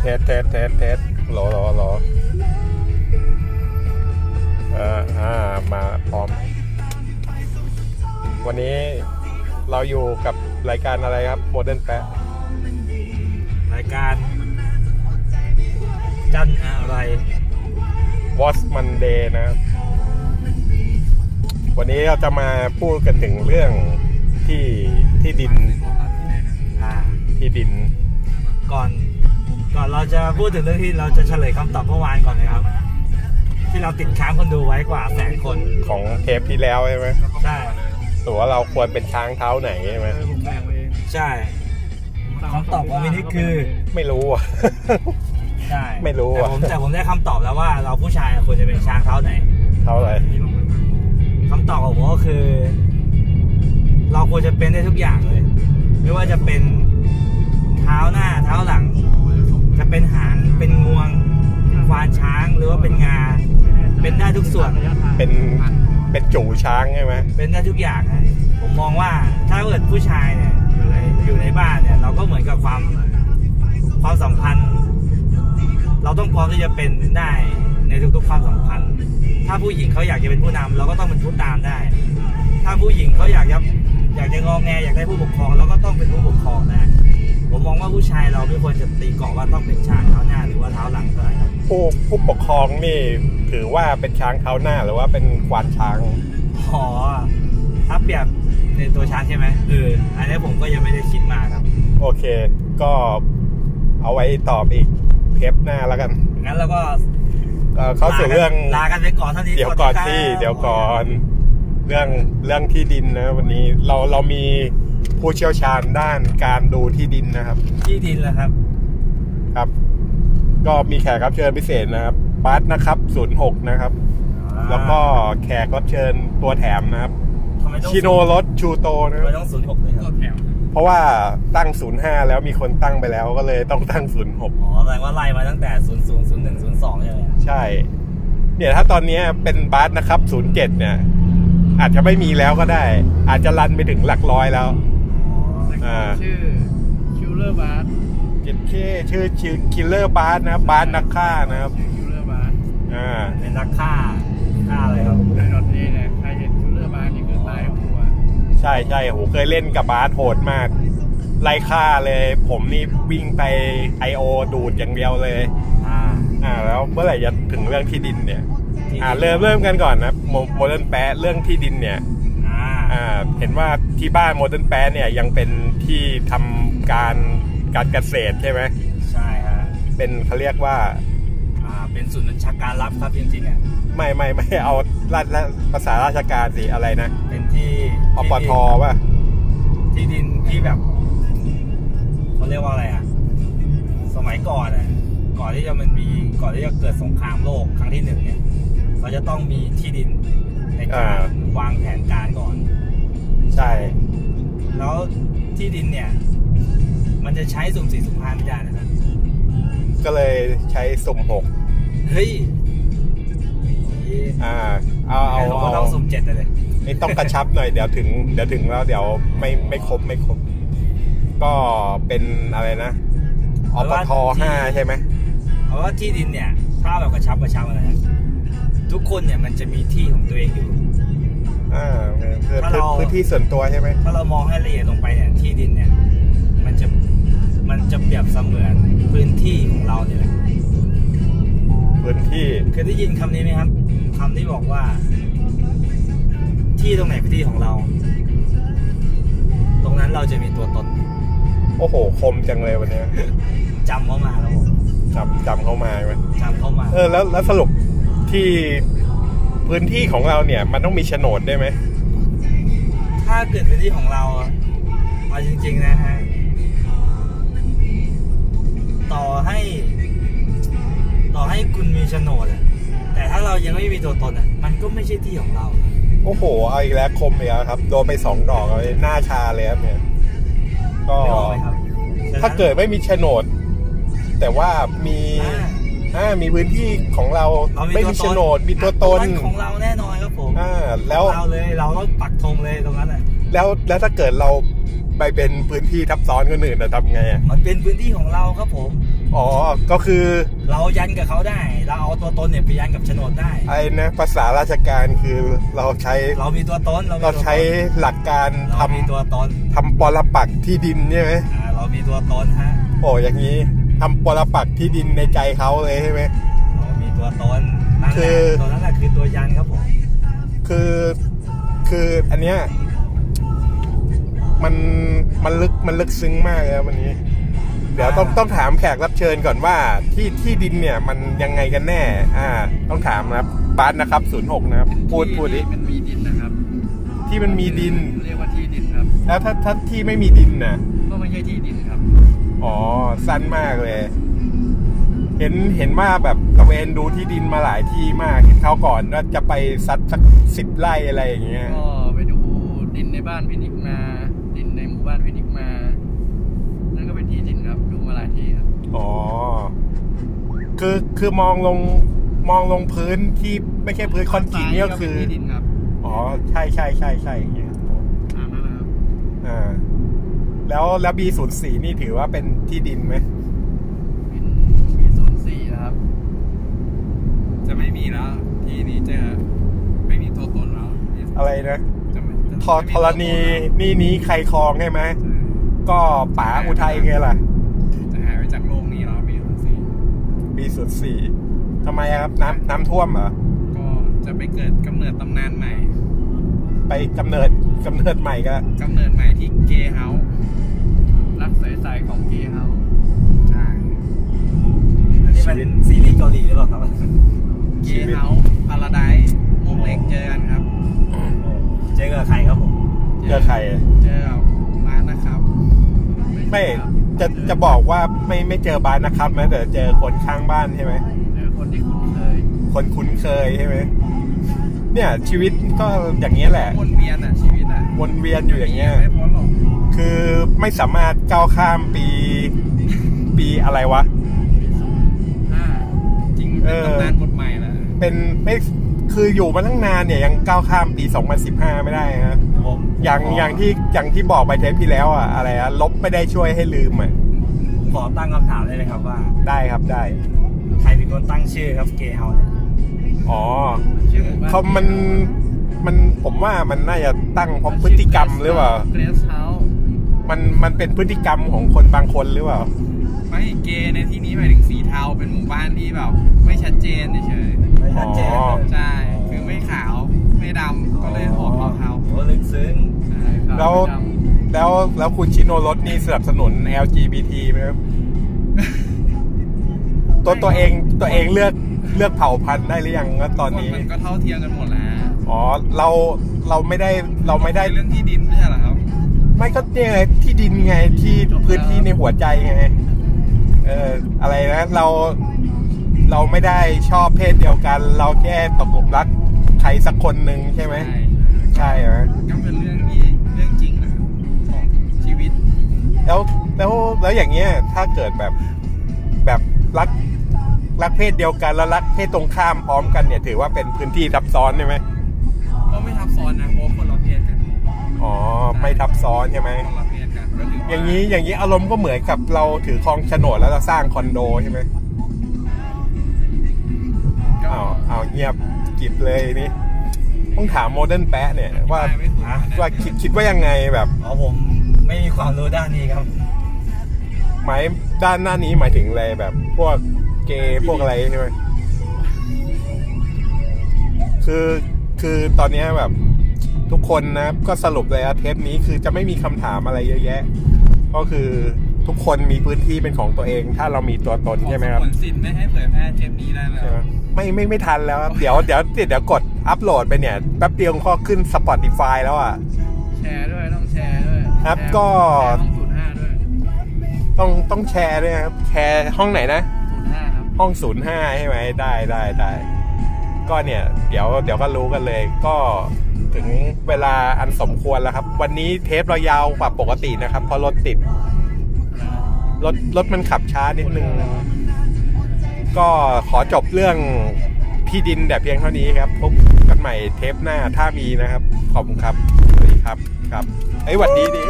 เทสเทสเทสเทสรอรอรออ่าอ่ามาพร้อม วันนี้เราอยู่กับรายการอะไรครับโมเดิร์นแปะ รายการ จันอะไร วอ t มันเดย์นะ วันนี้เราจะมาพูดกันถึงเรื่องที่ที่ดิน อ่า ที่ดิน ก่อน ก่อนเราจะพูดถึงเรื่องที่เราจะเฉลยคำตอบเมื่อวานก่อนนะครับ ที่เราติดค้างคนดูไว้กว่าแสนคน ของเทปที่แล้วใช่ไหม ใช่ ตัวาเราควรเป็นช้างเท้าไหนใช่ไหม ใช่คำตอบของวินิจคือ ไม่รู้อ่ะ ใช่ ไม่รู้ แต่ อะ ผมแต่ผมได้คำตอบแล้วว่าเราผู้ชายควรจะเป็นช้างเท้าไหน เท้าอะไร คำตอบของผมก็คือ เราควรจะเป็นได้ทุกอย่างเลย ไม่ว่าจะเป็นเท้าหน้าเท้าหลัง จะเป็นหางเป็นงวงควานช้างหรือว่าเป็นงา เป็นได้ทุกส่วน เป็นเป็นจู่ช้างใช่ไหม เป็นได้ทุกอย่างนะผมมองว่าถ้าเกิดผู้ชายเนี่ยอยู่ในอยู่ในบ้านเนี่ย เราก็เหมือนกับความความสัมพันธ์ เราต้องพร้อมที่จะเป็นได้ในทุกๆความสัมพันธ์ ถ้าผู้หญิงเขาอยากจะเป็นผู้นำเราก็ต้องเป็นผู้ตามได้ ถ้าผู้หญิงเขาอยากจะอยากจะงอแงอยากได้ผู้ปกครองเราก็ต้องเป็นผู้ปกครองได้ผมมองว่าผู้ชายเราไม่ควรจะตีกรอบว่าต้องเป็นช้างเท้าหน้าหรือว่าเท้าหลังเท่าไหร่ครับ ผู้ผู้ปกครองนี่ถือว่าเป็นช้างเท้าหน้าหรือว่าเป็นควานช้าง อ๋อถ้าเปรียบในตัวช้างใช่ไหมเอออันนี้ผมก็ยังไม่ได้คิดมากครับ โอเค ก็เอาไว้ตอบอีกเทปหน้าแล้วกัน งั้นเราก็ ก็เข้าสู่เรื่อง ลากันไปก่อนเท่านี้ เดี๋ยวก่อน สส ที่ ครับ เดี๋ยวก่อน เรื่องเรื่องที่ดินนะ วันนี้เราเรามีผู้เชี่ยวชาญด้านการดูที่ดินนะครับ ที่ดินแล้วครับ ครับ ก็มีแขกรับเชิญพิเศษนะครับบัสนะครับศูนย์หกนะครับ แล้วก็แขกรับเชิญตัวแถมนะครับ ทำไมต้อง ชิโนรถชูโตนะค ทำ รั ไม บ ต้องศูนย์หกเลยครับ เพราะว่าตั้ง 05 แล้วมีคนตั้งไปแล้วก็เลยต้องตั้ง อ๋อแสดงว่าไล่มาตั้งแต่ศูนย์ศูนย์ศูนย์หนึ่งศูนย์สองเลยอะ 06 ใช่ เนี่ยถ้าตอนเนี้ยเป็นบาสนะครับ 07 เนี่ย อาจจะไม่มีแล้วก็ได้ อาจจะรันไปถึงหลักร้อยแล้ว อ่า ชื่อคิวเลอร์บาร์ จิตเคชื่อชื่อคิลเลอร์บาสนะครับบาสนักฆ่านะครับ ชื่อคิวเลอร์บาร์ อ่า เป็นนักฆ่าฆ่าอะไรครับ ในดอทนี้เนี่ยใครเห็นคิวเลอร์บาร์นี่คือตายทั้งตัว ใช่ใช่โหเคยเล่นกับบาสโหดมาก ไล่ฆ่าเลย ผมนี่วิ่งไป I.O. ดูดอย่างเดียวเลย อ่า อ่า แล้วเมื่อไหร่จะถึงเรื่องที่ดินเนี่ย ที่ดิน อ่าเริ่มเริ่มกันก่อนนะโมเดิร์นแปะเรื่องที่ดินเนี่ย อ่า อ่าเห็นว่าที่บ้านโมเดิร์นแปเนี่ยยังเป็นที่ทำการการเกษตรใช่ไหม ใช่ฮะ เป็นเขาเรียกว่า อ่า เป็นศูนย์บัญชาการลับครับจริงๆเนี่ย ไม่ไม่ไม่เอาราชภาษาราชการสิอะไรนะ เป็นที่ อปทป่ะ ที่ดินที่แบบเขาเรียกว่าอะไรอ่ะ สมัยก่อนอ่ะก่อนที่จะมันมีก่อนที่จะเกิดสงครามโลกครั้งที่หนึ่งเนี่ยเราจะต้องมีที่ดินในการวางแผนการก่อน ใช่ แล้วที่ดินเนี่ย มันจะใช้สุ่มสี่สุ่มห้าไม่ได้นะครับ ก็เลยใช้สุ่มหก เฮ้ย อ่าเอา เอา เอา เราก็ เอา ต้องสุ่มเจ็ดเลย ไม่ต้องกระชับหน่อยเดี๋ยวถึงเดี๋ยวถึงแล้วเดี๋ยวไม่ไม่ครบไม่ครบก็เป็นอะไรนะอปทห้าใช่ไหม เอาว่าที่ดินเนี่ย ถ้าแบบกระชับกระชับอะไรนะทุกคนเนี่ยมันจะมีที่ของตัวเองอยู่ อ่าคือ ถ้าเรา พื้นที่ส่วนตัวใช่ไหม ถ้าเรามองให้ละเอียดลงไปเนี่ยที่ดินเนี่ย มันจะมันจะเปรียบเสมือนพื้นที่ของเราเนี่ยแหละ พื้นที่ เคยได้ยินคำนี้ไหมครับคำที่บอกว่า ที่ตรงไหนเป็นที่ของเรา ตรงนั้นเราจะมีตัวตน โอ้โห คมจังเลยวันเนี้ย จำเข้ามาแล้วผม จำจำเข้ามาไหม จำเข้ามา เออแล้วแล้วสรุปที่พื้นที่ของเราเนี่ย มันต้องมีโฉนดได้วยไหม ถ้าเกิดเป็นที่ของเราอะเอาจริง ๆ นะฮะ ต่อให้ ต่อให้คุณมีโฉนดอะแต่ถ้าเรายังไม่มีตัวตนอะมันก็ไม่ใช่ที่ของเรา โอ้โห เอาอีกแล้วคมอีกแล้วครับ โดนไปสองดอกเลยหน้าชาเลยครับเนี่ย ก็ ไม่ออกไหมครับ ถ้าเกิดไม่มีโฉนด แต่ว่ามี อ่า อ่ามีพื้นที่ของเรา เรา ไม่มี ตัวต โฉนด มีตัวตน ของเราแน่นอนครับผม อ่าแล้ว เราเลยเราต้องปักธงเลยตรงนั้นอ่ะ แล้วแล้วถ้าเกิดเราไป ไปเป็นพื้นที่ทับซ้อนคนอื่นนะทำไงอะ มันเป็นพื้นที่ของเราครับผม อ๋อ ก็คือ เรายันกับเขาได้ เราเอาตัวตนเนี่ยไปยันกับโฉนดได้ ไอ้นะภาษาราชการคือเราใช้ เรามีตัวตนเรามี เรา ตัวตน ใช้หลักการ เรา ทำ มีตัวตน ทำปรปักษ์ที่ดินใช่ไหม อ่าเรามีตัวตนฮะ โอ้อย่างนี้ทำปรปักษ์ที่ดินในใจเขาเลยใช่ไหม เรามีตัวตนนั่น คือแหละตัวนั้นแหละคือตัวยันครับผม คือคืออันเนี้ยมันมันลึกมันลึกซึ้งมากเลยครับวันนี้ เดี๋ยวต้อง อ่า ต้องถามแขกรับเชิญก่อนว่าที่ที่ดินเนี่ย มันยังไงกันแน่ อ่า ต้องถามนะครับปานนะครับศูนย์หกนะครับ พูดพูดดิ ที่มันมีดินนะครับ ที่มันมีดิน เรียกว่าที่ดินครับ แล้วถ้าถ้าที่ไม่มีดินน่ะ ก็ไม่ใช่ที่ดินครับ อ๋อ สั้นมากเลย เห็นเห็นว่าแบบตระเวนดูที่ดินมาหลายที่มากเห็นเขาวก่อนว่าจะไปซัดสักสิบไร่อะไรอย่างเงี้ย ก็ไปดูดินในบ้านพินิกมา ดินในหมู่บ้านพินิกมา นั่นก็เป็นที่ดินครับ ดูมาหลายที่ครับ อ๋อ คือคือมองลงมองลงพื้นที่ไม่ใช่พื้นคอนกรีตเนี่ยก็คือ ที่ดินครับ อ๋อ ใช่ใช่ใช่ใช่อย่างเงี้ยครับผม ตามนั้นนะครับ อ่า แล้วแล้วบีศูนย์สี่นี่ถือว่าเป็นที่ดินไหม เป็นมีศูนย์สี่นะครับ จะไม่มีแล้ว ที่นี้จะไม่มีตัวตนแล้ว อะไรนะ จะไม่จะ ทอธรณีนี่นี้ใครครองใช่ไหม ก็ป๋าอุทัยไงล่ะ จะหายไปจากโลกนี้แล้วปีหกสี่ บีศูนย์สี่ทำไมอะครับน้ำน้ำท่วมเหรอ ก็จะไปเกิดกำเนิดตำนานใหม่ ไปกำเนิดกำเนิดใหม่ก็ กำเนิดใหม่ที่เกย์เฮาส์ รักใสๆของเกย์เฮาส์ ใช่ อันนี้มันซีรีส์เกาหลีหรือเปล่าครับ เกย์เฮาส์พาราไดซ์มุกเล็กเจอกันครับ เจอกับใครครับผม เจอใคร เจอกับมานะครับ ไม่จะจะบอกว่าไม่ไม่เจอบานนะครับแม้แต่เจอคนข้างบ้านใช่ไหม เจอคนที่คุ้นเคย คนคุ้นเคยใช่ไหม เนี่ย ชีวิตก็อย่างนี้ยแหละ วนเวียนอ่ะ ชีวิตอ่ะ วนเวียนอยู่อย่างเงี้ย ไม่พ้นหรอก คือไม่สามารถก้าวข้ามปี ปีอะไรวะ ถ้าจริงเป็นตำนานบทใหม่แล้ว เป็นไม่คืออยู่มาตั้งนานเนี่ยยังก้าวข้ามปี 2015 ไม่ได้นะ ผม อย่าง ผมข อย่างที่อย่างที่บอกไปเทปที่แล้วอะอะไรอะลบไม่ได้ช่วยให้ลืมอะ ผมขอตั้งคำถามได้เลยครับว่า ได้ครับได้ ใครเป็นคนตั้งชื่อครับเกย์เฮาเนี่ย อ๋อ ชื่อหมู่บ้าน เขามันมันผมว่ามันน่าจะตั้งเพราะพฤติกรรมหรือเปล่า เกรซเฮาส์ มันมันเป็นพฤติกรรมของคนบางคนหรือเปล่า ไม่เกย์ในที่นี้หมายถึงสีเทาเป็นหมู่บ้านที่แบบไม่ชัดเจนเฉย ไม่ชัดเจน อ๋อ ๆใช่คือไม่ขาวไม่ดำก็เลยออกเทา โอ้ลึกซึ้ง ๆใช่ครับ แล้วแล้วแล้วคุณชิโนรสนี่สนับสนุน LGBT ไหม ครับ ตัวตัวเองตัวเองเลือกเลือกเผ่าพันธุ์ได้หรือยังครับตอนนี้ คมันก็เท่าเทียมกันหมดแล้ว อ๋อเราเราไม่ได้เราไม่ได้ เรื่องที่ดินไม่ใช่เหรอครับ ไม่ก็เนี่ยไงที่ดินไงที่พื้นที่ในหัวใจไงเอออะไรนะเราเราไม่ได้ชอบเพศเดียวกัน เราแค่ตกหลุมรักใครสักคนหนึ่งใช่ไหม ใช่ไหม ก็เป็นเรื่องที่เรื่องจริงนะครับของชีวิต แล้วแล้วแล้วอย่างเงี้ยถ้าเกิดแบบแบบรักรักเพศเดียวกันแล้วรักเพศตรงข้ามพร้อมกันเนี่ย ถือว่าเป็นพื้นที่ทับซ้อนใช่ไหม ก็ไม่ทับซ้อนนะเพราะคนละเพศกัน อ๋อไม่ทับซ้อนใช่ไหม คนละเพศกันก็ถือว่ อย่างนี้อย่างนี้อารมณ์ก็เหมือนกับเราถือครองโฉนดแล้วเราสร้างคอนโดใช่ไหม ก็ อ้าวอ้าวเงียบกิบเลยนี่ต้องถามโมเดิร์นแปะเนี่ย ว่า ไม่ถูกนะ ว่าคิดคิดว่ายังไงแบบ อ๋อผมไม่มีความรู้ด้านนี้ครับ หมายด้านหน้านี้หมายถึงอะไรแบบ พวกเกย์พวกอะไรใช่ไหมคือคือตอนเนี้ยแบบ ทุกคนนะก็สรุปเลยอะเทปนี้คือจะไม่มีคำถามอะไรเยอะแยะ ก็คือทุกคนมีพื้นที่เป็นของตัวเอง ถ้าเรามีตัวตน ขอ ใช่ไหมครับ ผลสินไม่ให้เผยแพร่เทปนี้ได้แล้ ใช่ ว ไหมไม่ไม่ไม่ทันแล้วครับเดี๋ยวเดี๋ยวเดี๋ยวกดอัพโหลดไปเนี่ยแป๊บเดียวก็ขึ้น Spotify แล้วอ่ะ แชร์ด้วยต้องแชร์ด้วย ครับ แช ก็ แชร์ต้องศูนย์ห้าด้วย ต้องต้องแชร์ด้วยนะครับ แชร์ห้องไหนนะ ศูนย์ห้าครับ ห้อง 05 ใช่ไหม ได้ได้ได้ ก็เนี่ย เดี๋ยวเดี๋ยวก็รู้กันเลย ก็ถึงเวลาอันสมควรแล้วครับ วันนี้เทปเรายาวกว่าปกตินะครับ เพราะรถติด รถรถมันขับช้านิดนึง ก็ขอจบเรื่องที่ดินแต่เพียงเท่านี้ครับ พบกันใหม่เทปหน้าถ้ามีนะครับ ขอบคุณครับ สวัสดีครับ ครับ เอ้ยหวัดดีดี